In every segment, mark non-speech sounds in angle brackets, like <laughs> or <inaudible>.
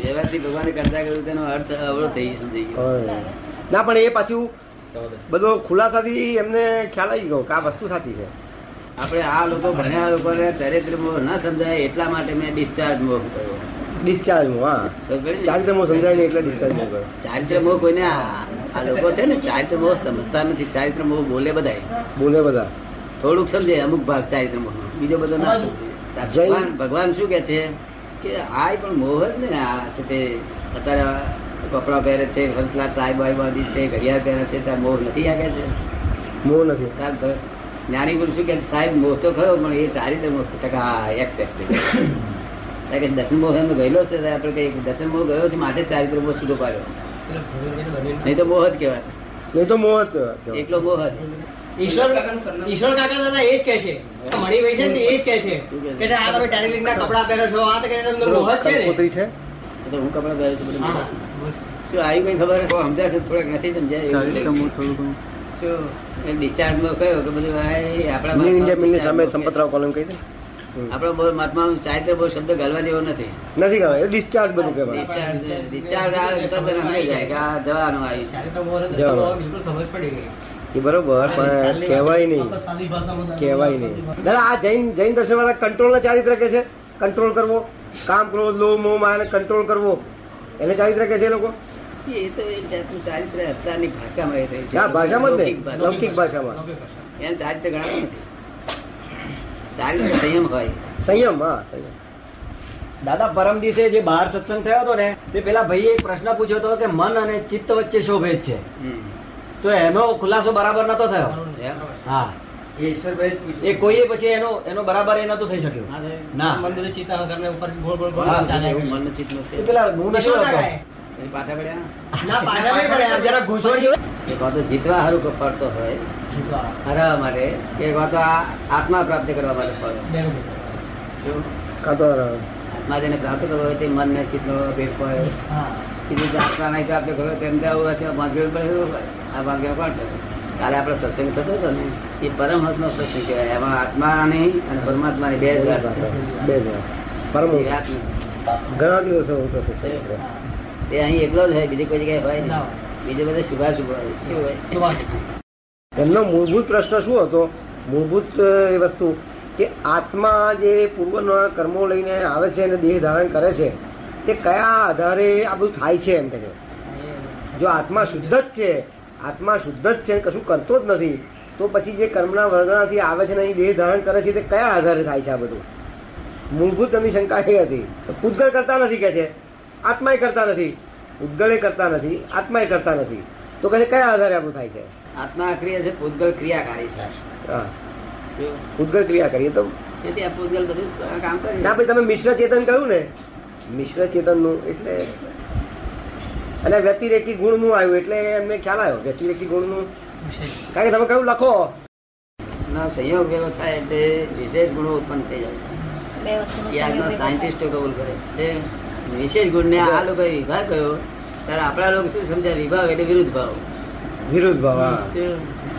વ્યવહારથી ભગવાને કરતા કર્યું તેનો અર્થ અવળો થઈ સમજાઈ ગયો હોય. ના પણ એ પાછું બધો ખુલાસાથી એમને ખ્યાલ આવી ગયો કે આ વસ્તુ સાચી છે આપણે આ લોકો ભણ્યા લોકોને ચરિત્ર મોહ ન સમજાય એટલા માટે મેં ડિસ્ચાર્જ મોહ કર્યો ડિસ્ચાર્જ હા સમજ પડી ને? ચારિત્ર મોહ સમજાય નહીં એટલે ડિસ્ચાર્જ મોહ કર્યો ચારિત્ર મોહ કોઈને આ આ લોકો છે ને ચારિત્ર મોહ સમજતા નથી ચારિત્ર મોહ બોલે બધાય બોલે બધા થોડુંક સમજે અમુક ભાગ ચારિત્ર મોહ બીજો બધો ના સમજે જૈન- ભગવાન ભગવાન શું કે છે કે આ પણ મોહ જ ને આ છે તે અત્યારે કપડા પહેરે છે પેલા ટાઈ બાય બાંધી છે ઘડિયાળ પહેરે છે ત્યાં મોહ નથી આ કે છે મોહ નથી તાર ભ- જ્ઞાની ગુરુ શું કે છે, સાહેબ મોહ તો ખરો પણ એ ચારિત્ર મોહ છે ટકા એક્સેપ્ટેડ કે દસમ મોહ એમ ગયેલો છે તો આપણે કહીએ કે દસમ મોહ ગયો છે માટે જ ચારિત્ર મોહ છૂટો પાડ્યો નહીં તો મોહ જ કહેવાય નહીં તો મોહ જ કહેવાય. એકલો મોહ જ ઈશ્વર ઈશ્વર કાકા દાદા એ જ કહે છે મળી ભાઈ છે ને એ જ કહે છે કે છે, આ તમે ટેલિલિંગ ના કપડા પહેરો છો આ તો કે તમને મોહ જ છે ને કંકોત્રી છે એ તો હું કપડાં પહેરું છું બધું મોહ. હા. શું આવી કઈ ખબર હો, સમજાય છે થોડાક નથી સમજાય એવું ચારિત્ર લાગે મોહ છે. થોડું ઘણું. શું એ discharge મોહ કયો કે બધું આ એ આપણા ન્યૂ ઇન્ડિયા મિલની સામે મહાત્મા સંપતરાવ કોલમ કહી દે આપણો બહુ મહાત્મા ચારિત્ર બહુ શબ્દ ગાલવા જેવો નથી નથી કરવા એ ડિસ્ચાર્જ બધું કહેવાય ડિસ્ચાર્જ ડિસ્ચાર્જ આવે તો તરત સમજાઈ જાય કે આ જવાનું આવ્યું છે જવાનું. બિલકુલ સમજ પડી ગઈ એ બરોબર પણ કહેવાય નહીં સાદી ભાષામાં કહેવાય નહીં દાદા આ જૈન જૈન દર્શન વાળા કંટ્રોલ ચારિત્ર કે છે કંટ્રોલ કરવો કામ ક્રોધ લોભ મોહ માયાને કંટ્રોલ કરવો એને ચારિત્ર કે છે એ લોકો એ તો એ જાતનું ચારિત્ર અત્યારની ભાષામાં એ રહી છે. હા ભાષામાં જ લૌકિક નહીં ભાષા. લૌકિક ભાષામાં એમ ચારિત્ર ગણાતું નથી. ચારિત્ર સંયમ હોય સંયમ હા સંયમ દાદા પરમ દિવસે જે બહાર સત્સંગ થયો હતો ને તે પેલા ભાઈએ એક પ્રશ્ન પૂછ્યો હતો કે મન અને ચિત્ત વચ્ચે શું ભેદ છે હમ. તો એનો ખુલાસો બરાબર નતો થયો એમ? હા એ કોઈએ પછી એનો એનો બરાબર એ નતો થઈ શક્યો ના. મન બધું ચિત્તાકરને ઉપર ગોળ ગોળ ગોળ હા, ચાલે એવું મનનું ચિત્ત એ નથી. પેલા હું નશો ઈશ્વર હતો કાકાએ. એની પાછા પડ્યા ના પાછા નહીં પડ્યા, જરા ગૂંચવણ જેવું. એ કાં તો જીતવા હારું પડતો હોય હરાવા માટે કે કાં તો આ આત્મા પ્રાપ્ત કરવા માટે પડે કાં તો આત્મા જેને પ્રાપ્ત કરવો હોય તે મન ને ચિત્તનો ભેદ પડે હા. બીજું જો આત્મા નહીં પ્રાપ્ત કરવો હોય તો એમ તો આવું હશે, આ ભાગ્યવાન પણ એવું હોય. આ ભાગ્યવાન કોણ છે? કાલે આપણે સત્સંગ થતો હતો ને એ પરમહંસનો સત્સંગ કહેવાય એમાં આત્માની અને પરમાત્માની બે જ વાત છે બે જણા પરમ એ વાત નથી. ઘણા દિવસો હું તો છું. એ અહીં એકલો જ હોય બીજી કોઈ જગ્યાએ હોય ના નહીં. હોય. બીજું બધે શુભાશુભ હોય શું હોય સુભાષ. એમનો મૂળભૂત પ્રશ્ન શું હતો મૂળભૂત અ, એ વસ્તુ કે આત્મા જે પૂર્વના કર્મો લઈને આવે છે અને દેહ ધારણ કરે છે તે કયા આધારે આ બધું થાય છે એમ કહે છે જો આત્મા શુદ્ધ જ છે આત્મા શુદ્ધ જ છે કશું કરતો જ નથી તો પછી જે કર્મના વર્ગણાથી આવે છે ને અહીં દેહ ધારણ કરે છે તે કયા આધારે થાય છે આ બધું મૂળભૂત એમની શંકા એ હતી પૂતગળ કરતા નથી કે છે આત્માએ કરતા નથી પૂતગળે કરતા નથી આત્માએ કરતા નથી તો કહે છે કયા આધારે આપણું થાય છે આત્મા આખરી હશે પૂતગલ ક્રિયાકારી છે હા જો, ઉદગર ક્રિયા કરીએ તો તેથી આ પૂતગલ બધું કામ કરે ના ભાઈ તમે મિશ્ર ચેતન કહ્યું ને મિશ્ર ચેતનનું એટલે અને વ્યતિરેકી ગુણનું આવ્યું એટલે એમને ખ્યાલ આવ્યો વ્યતિરેકી ગુણનું કારણ કે તમે કયું લખો ના સંયોગ ભેગો થાય એટલે વિશેષ ગુણો ઉત્પન્ન થઈ જાય છે બે વસ્તુનો એ આજના સંયોગ એક સાયન્ટિસ્ટો કબૂલ કરે છે એટલે વિશેષ ગુણને આ લોકોએ વિભાગ કયો ત્યારે આપણા લોકો શું સમજ્યા વિભાવ એટલે વિરુદ્ધ ભાવ વિરુદ્ધ ભાવ હા.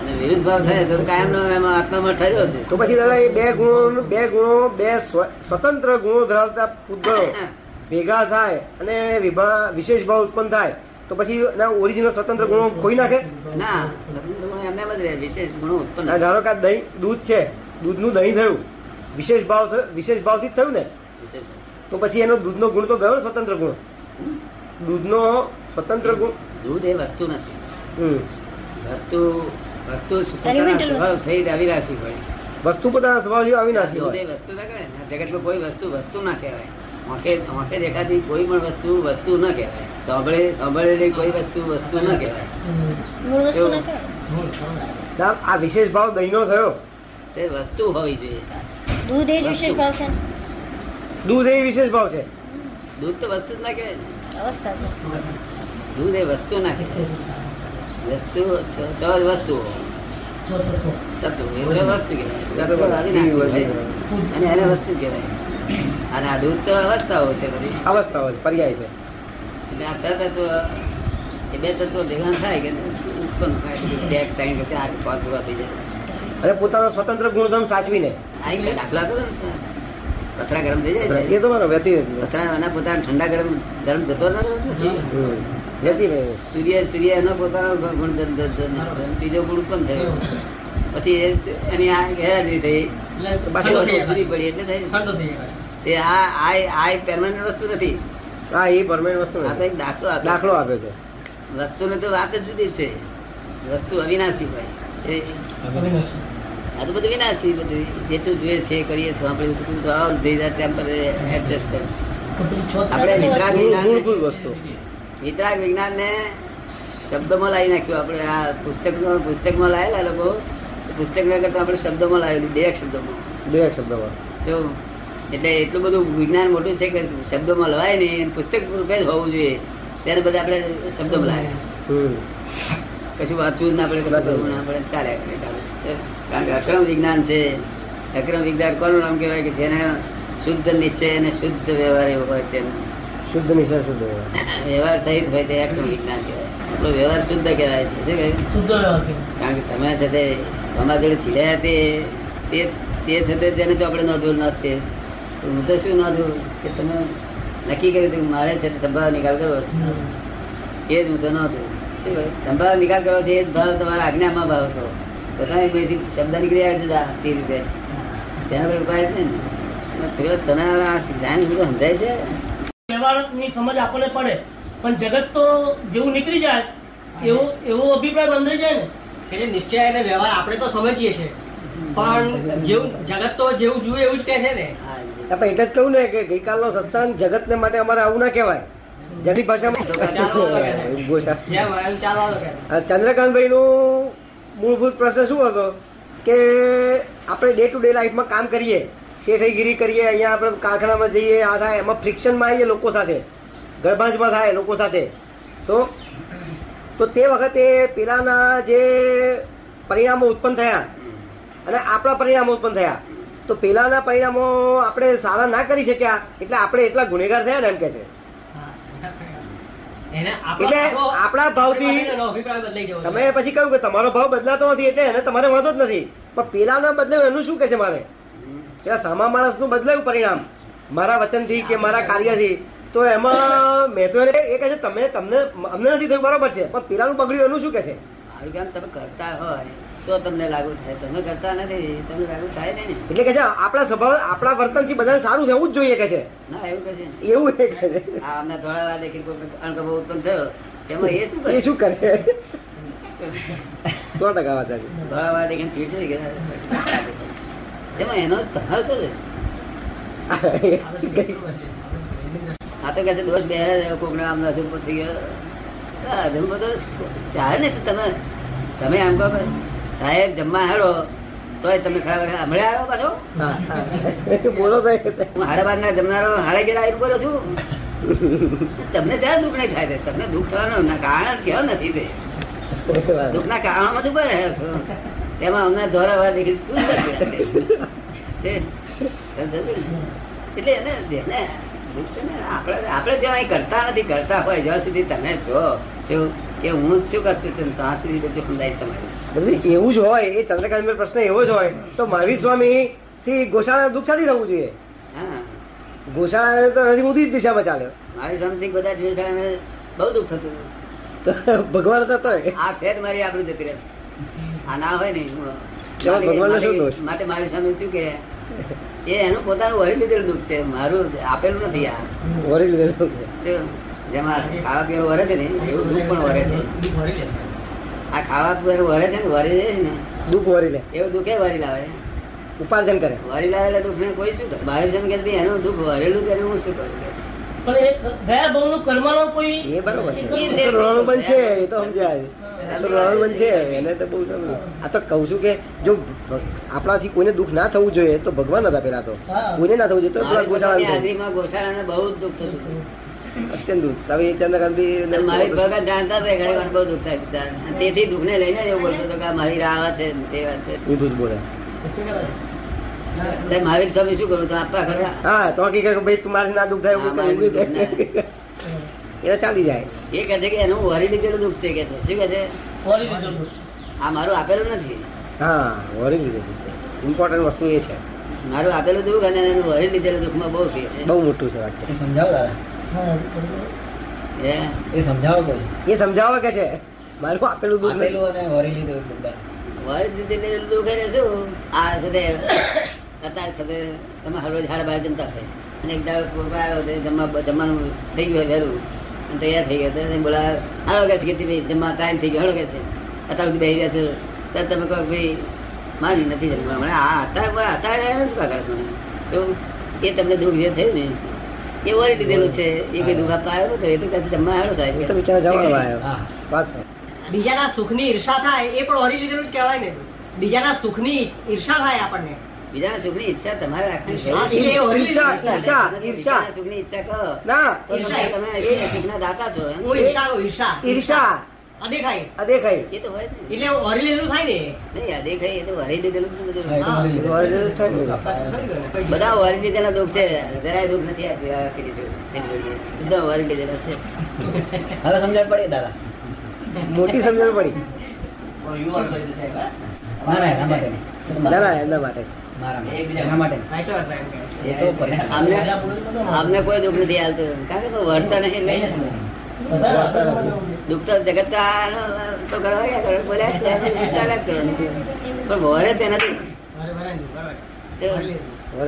અને વિરુદ્ધ ભાવ થાય તો કાયમનો એમાં આત્મામાં ઠર્યો છે તો પછી દાદા એ બે ગુણો બે ગુણો બે સ્વ- સ્વતંત્ર ગુણો ધરાવતા પૂતગળો ભેગા થાય અને વિભા વિશેષ ભાવ ઉત્પન્ન થાય તો પછી એના ઓરિજિનલ સ્વતંત્ર ગુણો ખોઈ નાખે ના સ્વતંત્ર ગુણો એમનેમ જ રહે વિશેષ ગુણો ઉત્પન્ન આ ધારો કે આ દહીં દૂધ છે દૂધનું દહીં થયું વિશેષ ભાવ થયો- વિશેષ ભાવથી જ થયું ને વિશેષ ભાવ. તો પછી એનો દૂધનો ગુણ તો ગયો ને સ્વતંત્ર ગુણ દૂધનો સ્વતંત્ર ગુણ દૂધ એ વસ્તુ નથી હમ. વસ્તુ વસ્તુ પોતાના Elemental સ્વભાવ સહિત અવિનાશી હોય વસ્તુ પોતાના સ્વભાવથી અવિનાશી દૂધ એ હોય વસ્તુ ના કહેવાય ને. જગતમાં કોઈ વસ્તુ વસ્તુ ના કહેવાય આંખે આંખે દેખાતી કોઈ પણ વસ્તુ વસ્તુ ના કહેવાય સાંભળે સાંભળેલી કોઈ વસ્તુ વસ્તુ ના કહેવાય વખત. મૂળ વસ્તુ ના કહેવાય. ના, આ વિશેષ ભાવ દહીંનો થયો તે વસ્તુ હોવી જોઈએ દૂધ એ જ વસ્તુ. વિશેષ ભાવ છે દૂધ એ વિશેષ ભાવ છે દૂધ તો વસ્તુ જ ના કહેવાય ને. અવસ્થા છે દૂધ એ વસ્તુ ના કહેવાય વસ્તુ છ- છ જ વસ્તુઓ તત્વો એ છ વસ્તુ કહેવાય તત્વો અવિનાશી હોય. અને એને વસ્તુ કહેવાય અને આ દૂધ તો અવસ્થાઓ છે બધી અવસ્થા હોય પર્યાય છે એટલે આ છ તત્વો એ બે તત્વો ભેગા થાય કે ઉત્પન્ન થાય પછી બે કે ત્રણ કે ચાર કે પાંચ ભેગા થઈ જાય અને પોતાનો સ્વતંત્ર ગુણધર્મ સાચવીને આ એક દાખલા કરો ને સાહેબ. પથરા ગરમ થઈ જાય એ છે તો મારો વ્યતિ પથરા એના પોતાના ઠંડા ગરમ ગરમ જતો નથી વ્યતિ નહીં સૂર્ય સૂર્ય એનો પોતાનો ગુણ ધન- ધન- ધન- ધન. ત્રીજો ગુણ ઉત્પન્ન થયો પછી એ સ- એની આ ગેરહાજરી થઈ એટલે બાકી ઠંડો થઈ વસ્તુ જાય પૂરી પાછો. પડી એટલે થઈ ઠંડો થઈ જાય પાછો. એ આ આ આ પરમાનન્ટ વસ્તુ નથી હા એ પરમેન્ટ વસ્તુ આ તો નથી. એક દાખલો આપ્યો છે. દાખલો આપે છે વસ્તુને તો વાત જ જુદી છે વસ્તુ અવિનાશી હોય એ આ તો બધું વિનાશી બધું જેટલું જોઈએ છે એ કરીએ છીએ આપણે બધું તો આવો થઈ જાય ટેમ્પરરી adjust કરીએ. આપણે વિતરાગ મૂળ- વિજ્ઞાનને- મૂળભૂત વસ્તુ વિતરાગ વિજ્ઞાનને શબ્દમાં લાવી નાખ્યું આપણે આ પુસ્તકમાં પુસ્તકમાં લાવેલા લોકો પુસ્તકના કરતા આપણે શબ્દોમાં લાવેલું બે શબ્દોમાં બે શબ્દમાં જો એટલે એટલું બધું વિજ્ઞાન મોટું છે કે શબ્દોમાં લવાય નહીં પુસ્તક રૂપે જ હોવું જોઈએ ત્યારે બધા આપણે શબ્દોમાં લાવ્યા હમ કશું વાંચવું જ ના પડે કશું કરવું ના પડે ચાલ્યા કરે ચાલે. કારણ કે અક્રમ વિજ્ઞાન છે અક્રમ વિજ્ઞાન કોનું નામ કહેવાય કે જેને શુદ્ધ નિશ્ચય અને શુદ્ધ વ્યવહાર એવો હોય તેનો શુદ્ધ નિશાન શુદ્ધ વ્યવહાર. વ્યવહાર સહિત હોય તે અક્રમ વિજ્ઞાન કહેવાય તો વ્યવહાર શુદ્ધ કહેવાય છે શું કહ્યું કારણ કે તમે છે તે અમારા જોડે ચીડ્યા તે તે તે છે તે તેને ચોપડે નોંધવું ન છે તો હું તો શું નોંધું કે તમે નક્કી કર્યું હતું કે મારે છે તે સંભાવ નિકાલ કરવો છે એ જ હું તો નોંધું શું કહ્યું? સંભાવ નિકાલ કરવો છે એ જ ભાવ તમારા આજ્ઞામાં ભાવ કરો પોતાની બેથી શબ્દ નીકળી આવે જુદા તે રીતે તેના કોઈ ઉપાય જ નહીં ને છેલ્લો તને આ સિદ્ધાંત બધું સમજાય છે વ્યવહારની સમજ આપણને પડે પણ જગત તો જેવું નીકળી જાય એવો એવો અભિપ્રાય બંધાઈ જાય ને એટલે નિશ્ચય અને વ્યવહાર આપણે તો સમજીએ છીએ પણ જેવું જગત તો જેવું જુએ એવું જ કહે છે ને હા, આપણે એટલે જ કહું ને કે ગઈકાલનો સત્સંગ જગતને માટે અમારે આવું ના કહેવાય જગતની <laughs> ભાષામાં ઉભો છે. જેમ હોય એમ ચાલવાનું કહે આ ચંદ્રકાંતભાઈનું મૂળભૂત પ્રશ્ન શું હતો કે આપણે ડે ટુ ડે લાઈફમાં કામ કરીએ શેઠગીરી કરીએ અહીંયા આપણે કારખાનામાં જઈએ આ થાય એમાં ફ્રિક્શનમાં આવીએ લોકો સાથે ગળભાંજમાં થાય લોકો સાથે તો તો તે વખતે પેલાના જે પરિણામો ઉત્પન્ન થયા અને આપણા પરિણામો ઉત્પન્ન થયા તો પેલાના પરિણામો આપણે સારા ના કરી શક્યા એટલે આપણે એટલા ગુનેગાર થયા ને એમ કે છે એને આપણો- એટલે આપણો- આપણા ભાવથી આપણે એનો અભિપ્રાય બદલાઈ જવો તમે પછી કહ્યું કે તમારો ભાવ બદલાતો નથી એટલે એને તમારે વાંધો જ નથી પણ પેલાના બદલે એનું શું કે છે મારે પેલા સામા માણસનું બદલાયું પરિણામ મારા વચનથી કે મારા કાર્યથી તો એમાં મેં તો એને એ કહે છે તમે તમને અમને નથી થયું બરાબર છે પણ પેલાનું બગડ્યું એનું શું કે છે આવી કામ તમે કરતા હોય તો તમને લાગુ થાય તમે કરતા નથી તમને લાગુ થાય નહીં ને એટલે કે છે આપણા સ્વભાવ આપણા વર્તનથી બધાને સારું થવું જ જોઈએ કે છે ના એવું કહે છે ને. એવું એ કહે છે આ હમણાં થોડા વાર દેખી કોઈ અણગમો ઉત્પન્ન થયો તેમાં એ શું કરે એ શું કરે સો ટકા વાત સાચી. થોડા વાર દેખીને ચીડશે કે તેમાં એનો જ સ્વભાવ શું છે? આ તો કહે છે દોષ બે કોકને આમ અધંભો થઈ ગયો આ અધંભો તો ચાલે ને તો તમે તમે આમ કહો કે સાહેબ જમવા હેડો તોય તમે ખરા હમણાં આવ્યો પાછો બોલો સાહેબ. હું હાડા બાર ના જમનારો હાડા ગેરા આવી બોલો છું તમને ત્યાં દુઃખ નહીં થાય તે. તમને દુઃખ થવાનું ના કારણ જ કહેવા નથી તે દુઃખના કારણો બધું પણ રહે છો તેમાં અમને ધોરાવા દેખી તું જ નથી. તે- એટલે એને એને દુઃખ છે ને, આપણે આપણે જ્યાં અહીં કરતા નથી કરતા હોય જ્યાં સુધી તમે છો શું કે હું જ શું કરતું છું ત્યાં સુધી બધું સમજાય તમારી છે. બધી એવું જ હોય એ ચંદ્રકાંત પ્રશ્ન એવો જ હોય તો મહાવીર સ્વામી થી ગોશાળા દુઃખ સાથે થવું જોઈએ હા ગોશાળા તો નથી ઉધી જ દિશામાં ચાલ્યો મારી સમથી બધા જોઈ છે અને બહુ દુઃખ થતું હતું. ભગવાન થતો હોય આ ફેર મારી આપણું જતી રહેશે આ ના હોય ને હું- ચાલો, ભગવાનનો શું દોષ? માટે મારી સામે શું કે એ એનું પોતાનું વળી લીધેલું દુઃખ છે મારું આપેલું નથી આ વરી લીધેલો છે. શું? જેમાં ખાવા પીવાનું વરે છે ને એવું દુઃખ પણ વરે છે દુઃખ વળી લેશે. આ ખાવા પીવાનું વરે છે ને વરે છે ને દુઃખ વરીને એવું દુઃખે વરી લાવે ઉપાર્જન કરે વરી લાવેલા દુઃખને કોઈ શું કરે મારી સામે કે છે, "ભઈ, એનું દુઃખ વરેલું ત્યારે હું શું કરું કે છે. પણ એ ગયા ભાવનું કર્મનો કોઈ એ બરોબર છે એ એ તો રોણું પણ છે એ તો સમજાય હા. એ તો રોણું પણ છે એને તો બહુ સમજ. આ તો કહું છું કે જો આપણાથી કોઈને દુઃખ ના થવું જોઈએ તો ભગવાન હતા પેલા તો હા. કોઈને ના થવું જોઈએ તો પેલા મારી પોતાની ગોશાળા હાજરીમાં ગોશાળાને બહુ જ દુઃખ થતું હતું. અત્યંત દુઃખ હવે એ ચંદ્રકાંત અને મારી ભગત જાણતા હતા ઘણી વાર બહુ દુઃખ થાય બધા. અને તેથી દુઃખને લઈને જ એવું બોલતો હતો કે આ મારી રાહ છે ને તે વાત છે ઊંધું જ બોલે ત્યારે મહાવીર સ્વામી શું કરું તો આપવા ખરા હા તો હકીકત કે ભાઈ તમારે ના દુઃખ થાય એવું હા, કઈ મારે નહીં. <laughs> એ તો ચાલી જાય એ કહે છે કે એનું વરી લીધેલું દુઃખ છે કે છે. શું કહે છે વળી લીધેલું છે. આ મારું આપેલું નથી હા વરી લીધું છે ઇમ્પોર્ટન્ટ વસ્તુ એ છે મારું આપેલું દુઃખ અને એનું વહી લીધેલું દુઃખમાં બહુ ફેર છે. બહુ મોટું છે વાક્ય એ સમજાવો દાદા હે? એ સમજાવો કોઈ એ સમજાવે કે છે મારું આપેલું દુઃખ નહીં. આપેલું અને વરી લીધું એક બધા. વહી લીધેલું દુઃખ એટલે શું આ સાથે અત્યારે સાથે તમે હરરોજ હાડ બહાર જમતા હોય અને એક દાડો પપ્પા આવ્યો તો એ જમવા જમવાનું થઈ ગયું વહેલું અને તૈયાર થઈ ગયા તો બોલા હાલો કે છે કે ભાઈ જમવા ટાઈમ થઈ ગયો હાલો કે છે અત્યારે સુધી બેસી રહ્યા છો ત્યારે તમે કહો કે ભાઈ મારી નથી જમવા મને આ અત્યારે અત્યારે શું કા કરે છે મને તો એ તમને દુઃખ જે થયું ને એ વળી લીધેલું છે એ કઈ દુઃખ આપતો આવ્યો નતો એ તો કદાચ જમવા આવ્યો સાહેબ એ તો બિચારા જવાનો આવ્યો હા. વાત થઈ. બીજાના સુખની ઈર્ષા થાય એ પણ વરી લીધેલું જ કહેવાય ને બીજાના સુખની ઈર્ષા થાય આપણને બીજાના સુખની ઈચ્છા તમારે હા, રાખવાની એ છે. વરી લીધેલું જ ઈર્ષા, કહેવાય. ઈર્ષા, બીજાના સુખની ઈચ્છા કરો ના તો તમે ઈર્ષા. તમે એ સુખના દાતા છો એમ. હું ઈર્ષા કહું, ઈર્ષા ઈર્ષા અદેખાઈ આ દેખાય એ તો હોય જ ને. એટલે એવું વરી લીધેલું થાય ને નહીં, આ દેખાય એ તો વરી લીધેલું જ બધું. હા, એ તો વરી લીધું. વરી લીધું થાય ને. બધા વરી લીધેલા દુઃખ છે જરાય દુઃખ નથી આ પીવા પેલી જો- પેલી જોડે. બધા વરી લીધેલા છે હવે સમજણ પડી દાદા મોટી સમજણ પડી ના ના એના માટે નહીં. ના ના એમના માટે મારા માટે. એના માટે નહીં. ભાઈ સાહેબ, સાહેબ કહે. એ તો પરિણામ. અમને અમને કોઈ દુઃખ નથી આવતું કારણ કે વર્તા નહીં લઈને એટલે સમજણ. દુઃખ તો જગત તો આ તો કરો એ કરો, બોલ્યા જ કરવાનું, વિચાર્યા જ કરવાનું. પણ વરે તે નથી તે વરી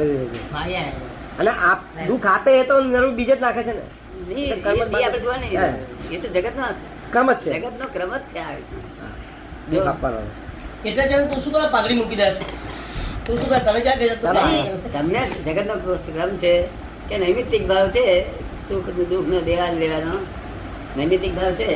લીધું. ભાઈ આવ્યો. અને આપ દુઃખ આપે એ તો નરું બીજે જ નાખે છે ને નહીં, એ બી આપણે જોવા નહીં. એ તો જગત નો ક્રમ જ છે જગત નો ક્રમ જ છે આ. જો, દુઃખ આપવાનો એટલે ત્યારે તું શું કરે પાઘડી મૂકી દેશે તું શું કરે તમે ક્યાં ગયા તું તમને પાઘડી. તમને જગત નો ક્રમ છે કે નૈમિતિક ભાવ છે સુખ દુઃખ નો દેવા લેવાનો નૈમિતિક ભાવ છે